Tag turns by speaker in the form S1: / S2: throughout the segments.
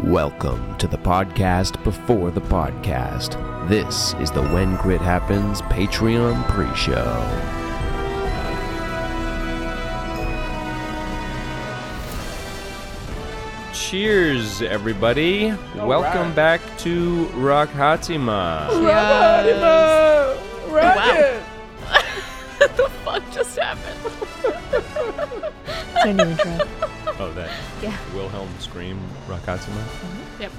S1: Welcome to the podcast before the podcast. This is the When Crit Happens Patreon pre show.
S2: Cheers, everybody. Welcome back to Rock Hatima.
S3: Wow.
S4: what the fuck just happened?
S3: I didn't even try.
S2: Oh, that
S4: Yeah. Mm-hmm.
S2: Wilhelm scream, Rock Hatima.
S4: Yep.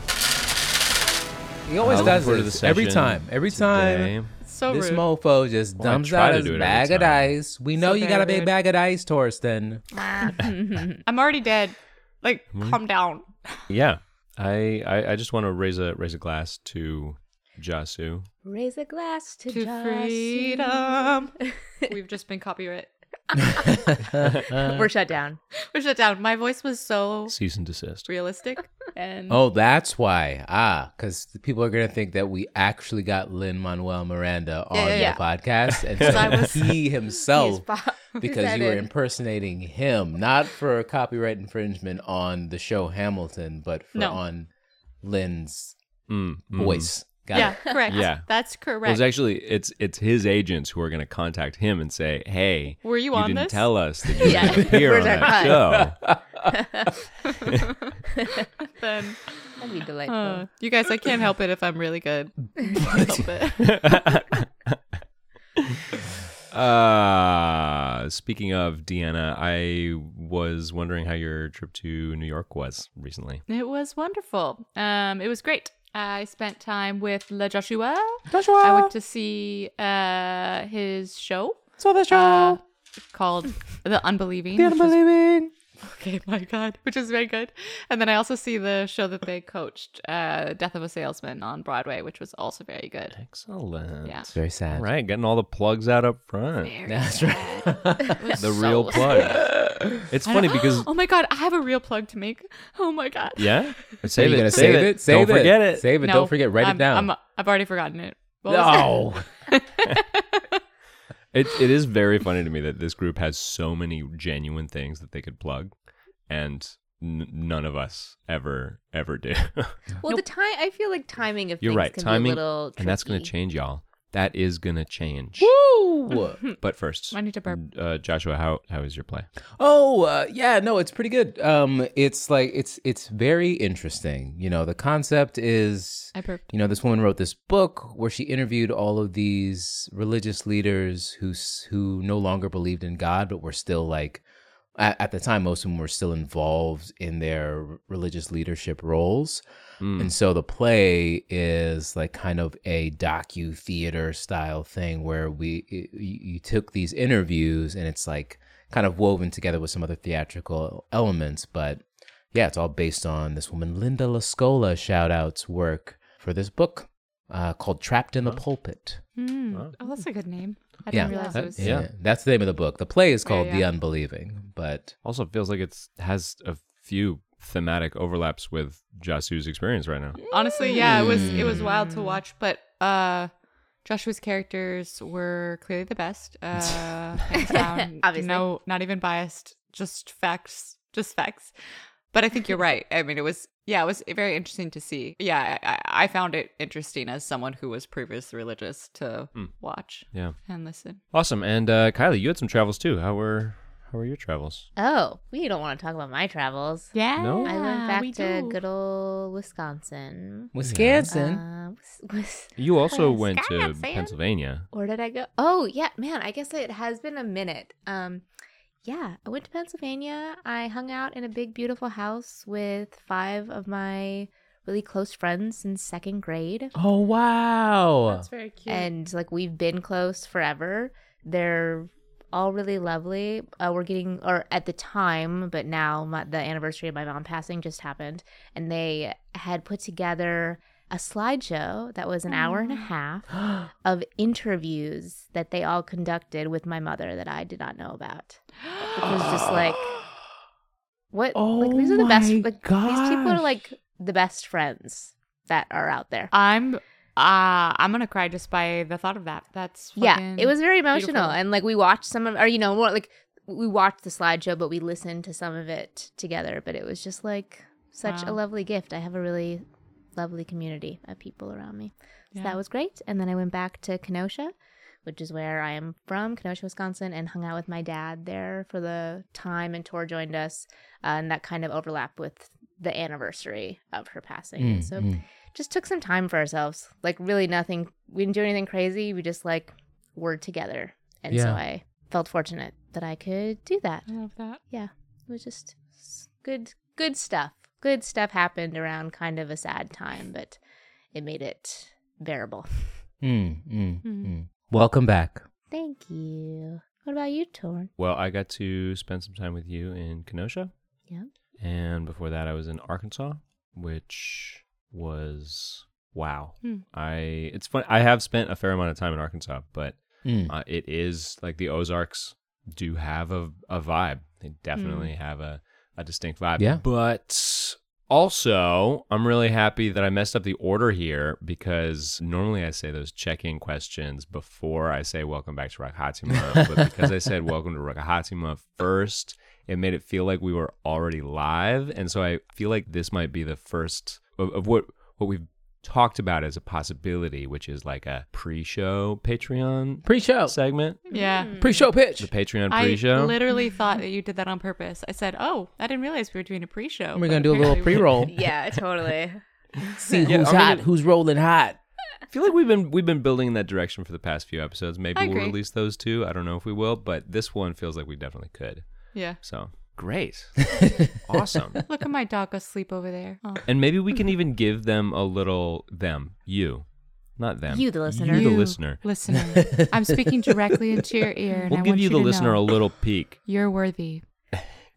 S5: He always
S2: Uh,
S5: does
S2: look forward
S5: this
S2: to the
S5: every
S2: session
S5: time. Every
S2: today.
S5: time
S4: It's so
S5: this
S4: rude.
S5: mofo just
S2: Well, I
S5: dumps
S2: try
S5: out
S2: to
S5: his
S2: do it every
S5: bag of
S2: time.
S5: dice. We know
S4: So
S5: you got a
S4: very
S5: big
S4: rude.
S5: bag of dice, Torsten.
S4: I'm already dead. Like,
S2: Hmm?
S4: calm down.
S2: Yeah. I, I I just want to raise a raise a glass to Jasu.
S3: Raise a glass to,
S4: To
S3: Jasu.
S4: freedom. We've just been copyright.
S3: We're shut down.
S4: Push that down. My voice was so
S2: Cease and desist.
S4: realistic. And
S5: Oh, that's why. Ah, because people are gonna think that we actually got Lynn Manuel Miranda on
S4: Yeah, yeah,
S5: the
S4: yeah.
S5: podcast, and
S4: 'Cause I was-
S5: so he
S2: Oh.
S4: he's
S5: himself,
S4: pop-
S5: because you were
S3: excited.
S5: impersonating him, not for copyright infringement on the show Hamilton, but for
S4: No.
S5: on Lynn's
S2: Mm, mm.
S5: voice. Got
S4: Yeah,
S5: it.
S4: correct.
S2: Yeah.
S4: That's
S2: Well,
S4: correct.
S2: it's actually it's it's his agents who are going to contact him and say, "Hey,
S4: Were you
S2: you
S4: on
S2: didn't
S4: this?
S2: tell us that you were
S3: Yeah.
S2: gonna appear
S3: We're
S2: on
S3: like,
S2: that
S3: "Hi."
S2: show."
S4: then
S3: That'd be delightful.
S4: uh, you guys, I can't help it if I'm really good. Can't help it.
S2: Uh, speaking of Deanna, I was wondering how your trip to New York was recently.
S4: It was wonderful. Um, it was great. I spent time with Le Joshua. Joshua. I went to see uh his show. Saw the show called The Unbelieving. The Unbelieving. okay, my God, which is very good. And then I also see the show that they coached, uh, Death of a Salesman on Broadway, which was also very good.
S2: Excellent.
S4: Yeah.
S5: Very sad.
S2: All right, getting all the plugs out up front.
S5: That's right.
S2: The real plug. It's funny because
S4: oh my God, I have a real plug to make. Oh my God.
S2: yeah,
S5: Are you
S2: save
S5: gonna
S2: it, save it,
S5: Save
S2: don't
S5: it.
S2: forget it.
S5: Save it.
S4: No,
S5: don't forget. Write
S4: I'm-
S5: it down.
S4: I'm, I've already forgotten it. What was it?
S5: no.
S2: It it is very funny to me that this group has so many genuine things that they could plug, and n- none of us ever ever do.
S3: well, the time I feel like timing of
S2: You're
S3: things
S2: right,
S3: can
S2: timing,
S3: be a little
S2: and that's gonna
S3: tricky.
S2: change, y'all. That is gonna change.
S5: Woo!
S2: But first,
S4: I need to burp.
S2: uh, Joshua, how how is your play?
S5: Oh, uh, yeah, no, it's pretty good. Um, it's like it's it's very interesting. You know, the concept is,
S4: I burped.
S5: you know, this woman wrote this book where she interviewed all of these religious leaders who s- who no longer believed in God, but were still like, at, at the time, most of them were still involved in their religious leadership roles.
S2: Hmm.
S5: And so the play is like kind of a docu theater style thing where we y- you took these interviews and it's like kind of woven together with some other theatrical elements, but yeah, it's all based on this woman Linda Lascola shout outs work for this book uh, called Trapped in the Pulpit.
S4: Hmm.
S2: Wow.
S4: Oh, that's a good name. I
S5: Yeah.
S4: didn't realize
S2: That-
S4: it was.
S2: Yeah.
S5: that's the name of the book. The play is called
S4: Yeah,
S5: The
S4: yeah.
S5: Unbelieving, but
S2: Also, feels like it's has a few thematic overlaps with Jasu's experience right now.
S4: Honestly, yeah, it was it was wild to watch, but uh Joshua's characters were clearly the best. Uh hands down.
S3: Obviously.
S4: No, not even biased, just facts, just facts. But I think you're right. I mean, it was yeah, it was very interesting to see. Yeah, I- I, I found it interesting as someone who was previously religious to
S2: Hmm.
S4: watch
S2: Yeah,
S4: and listen.
S2: awesome. And uh, Kylie, you had some travels too. How were how were your travels?
S3: Oh, we don't want to talk about my travels.
S4: Yeah,
S2: No?
S3: I went back to good old Wisconsin.
S5: Wisconsin.
S3: Uh, Wis- Wis-
S2: You also
S3: Wisconsin.
S2: went to Pennsylvania.
S3: Where did I go? Oh yeah, man. I guess it has been a minute. Um, yeah, I went to Pennsylvania. I hung out in a big, beautiful house with five of my really close friends since second grade,
S5: oh, wow.
S4: very cute.
S3: and like we've been close forever. They're all really lovely. Uh, we're getting, or at the time, but now my, the anniversary of my mom passing just happened, and they had put together a slideshow that was an hour and a half of interviews that they all conducted with my mother that I did not know about. Which was just like, what? like these are the best.
S5: Oh my
S3: Like these people
S5: gosh.
S3: are like the best friends that are out there.
S4: I'm uh I'm gonna cry just by the thought of that. That's
S3: yeah,
S4: fucking-
S3: it was very emotional,
S4: beautiful.
S3: and like we watched some of, or you know, more like we watched the slideshow, but we listened to some of it together. But it was just like Such a
S4: Wow.
S3: lovely gift. I have a really lovely community of people around me. So
S4: Yeah.
S3: that was great. And then I went back to Kenosha, which is where I am from, Kenosha, Wisconsin, and hung out with my dad there for the time. And Tor joined us, uh, and that kind of overlapped with the anniversary of her passing. And
S5: Mm,
S3: so
S5: mm.
S3: just took some time for ourselves. Like really nothing. We didn't do anything crazy. We just like were together. And so
S5: Yeah.
S3: I felt fortunate that I could do that.
S4: I love that.
S3: It was just s- good good stuff. Good stuff happened around kind of a sad time, but it made it bearable.
S5: Mm, mm,
S4: Mm.
S5: mm. Welcome back.
S3: Thank you. What about you, Torn?
S2: Well, I got to spend some time with you in Kenosha.
S3: Yeah.
S2: And before that, I was in Arkansas, which was wow.
S4: Hmm.
S2: I it's fun. I have spent a fair amount of time in Arkansas, but
S5: Mm.
S2: uh, it is like the Ozarks do have a a vibe. They definitely have a a distinct vibe.
S5: Yeah.
S2: But also, I'm really happy that I messed up the order here because normally I say those check-in questions before I say welcome back to Rakahatima, but because I said welcome to Rakahatima first, it made it feel like we were already live, and so I feel like this might be the first of, of what what we've talked about as a possibility, which is like a pre-show Patreon
S5: Pre-show.
S2: segment,
S4: Yeah.
S5: Pre-show
S2: the
S5: pitch.
S2: Patreon
S4: Oh. I
S2: pre-show.
S4: literally thought that you did that on purpose. I said, "Oh, I didn't realize we were doing a pre-show."
S5: We're
S4: but
S5: gonna do a little
S4: apparently we-
S5: pre-roll.
S3: Yeah, totally.
S5: See
S2: Yeah,
S5: who's
S2: I mean,
S5: hot,
S2: it-
S5: who's rolling hot.
S2: I feel like we've been we've been building in that direction for the past few episodes. Maybe
S4: I
S2: we'll
S4: agree.
S2: release those two. I don't know if we will, but this one feels like we definitely could.
S4: Yeah.
S2: So great, awesome,
S4: Look at my dog asleep over there. Oh.
S2: and maybe we can even give them a little them you, not them.
S3: You, the listener.
S2: You, the
S4: You,
S2: listener.
S4: Listener, I'm speaking directly into your ear, and
S2: We'll
S4: I
S2: give
S4: want
S2: you
S4: you
S2: the
S4: to
S2: listener
S4: know
S2: a little peek.
S4: you're worthy.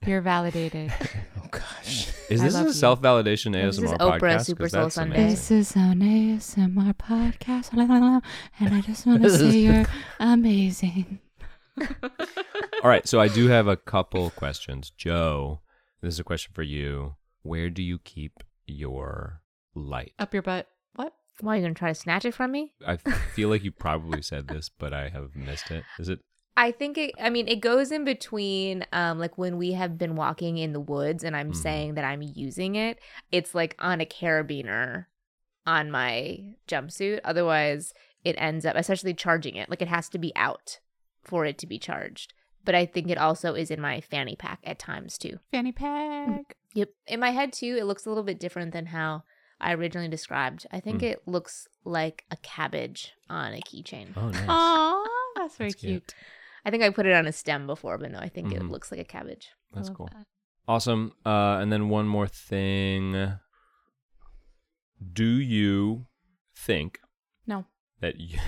S4: You're validated.
S5: Oh gosh.
S2: Is
S4: I
S2: this
S4: love
S2: a
S4: you.
S2: self validation ASMR
S3: This is
S2: podcast?
S3: Oprah
S2: 'Cause
S3: Super Soul
S2: that's
S3: Sunday.
S2: amazing.
S4: This is an ASMR podcast, and I just want to
S5: This is-
S4: say you're amazing.
S2: All right, so I do have a couple questions. Joe, this is a question for you. Where do you keep your light?
S4: Up your butt. What?
S3: Why are you going to try to snatch it from me?
S2: I feel like you probably said this, but I have missed it. Is it?
S3: I think it, I mean, it goes in between, um, like when we have been walking in the woods and I'm
S2: Mhm.
S3: saying that I'm using it, it's like on a carabiner on my jumpsuit. Otherwise, it ends up essentially charging it. Like it has to be out for it to be charged. But I think it also is in my fanny pack at times too.
S4: Fanny pack.
S3: Yep. In my head too, it looks a little bit different than how I originally described. I think
S2: Mm.
S3: it looks like a cabbage on a keychain.
S2: Oh, nice.
S4: Aw, that's very
S2: That's cute.
S4: cute.
S3: I think I put it on a stem before, but no, I think it
S2: Mhm.
S3: looks like a cabbage.
S4: I
S2: That's
S4: love
S2: cool.
S4: that.
S2: Awesome. Uh, and then one more thing. Do you think
S4: No.
S2: that you,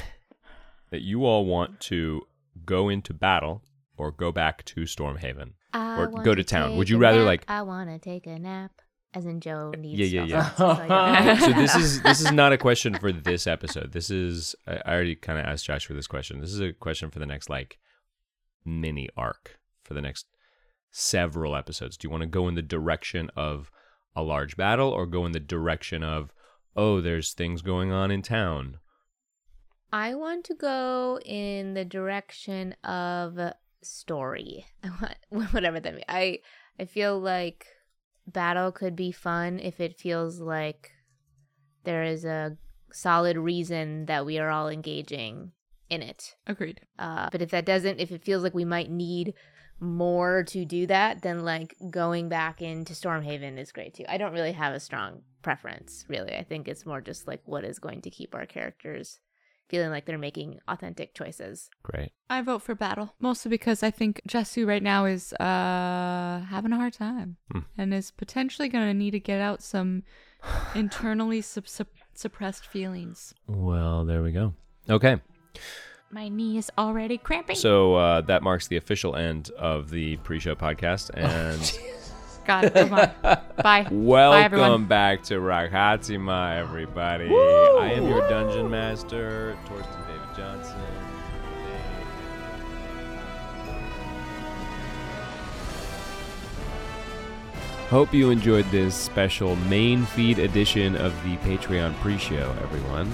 S2: that you all want to go into battle or go back to Stormhaven?
S3: I
S2: Or
S3: want
S2: go to town.
S3: take
S2: Would you
S3: a
S2: rather,
S3: nap.
S2: like- Uh,
S3: I want to take a nap, as in Joe needs.
S2: yeah, yeah,
S3: spell slots, I
S4: yeah.
S3: don't
S2: so
S3: know.
S2: this is this is not a question for this episode. This is I I already kind of asked Josh for this question. This is a question for the next like mini arc for the next several episodes. Do you want to go in the direction of a large battle or go in the direction of oh there's things going on in town?
S3: I want to go in the direction of story. I want whatever that means. I I feel like battle could be fun if it feels like there is a solid reason that we are all engaging in it.
S4: Agreed.
S3: Uh, but if that doesn't, if it feels like we might need more to do that, then like going back into Stormhaven is great too. I don't really have a strong preference, really. I think it's more just like what is going to keep our characters feeling like they're making authentic choices.
S2: Great.
S4: I vote for battle, mostly because I think Jessu right now is uh, having a hard time
S2: Hmm.
S4: and is potentially going to need to get out some internally sup- sup- suppressed feelings.
S2: Well, there we go. Okay.
S4: My knee is already cramping.
S2: So uh, that marks the official end of the pre-show podcast and
S4: Got it. Come on. Bye. Bye, everyone.
S2: Welcome back to Rakatima, everybody. I am your dungeon master, Torsten David Johnson. Hope you enjoyed this special main feed edition of the Patreon pre show, everyone.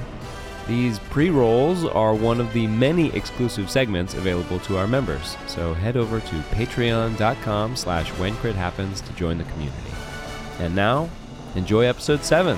S2: These pre rolls are one of the many exclusive segments available to our members, so head over to patreon.com slash whencrithappens to join the community. And now,
S1: Enjoy episode seven.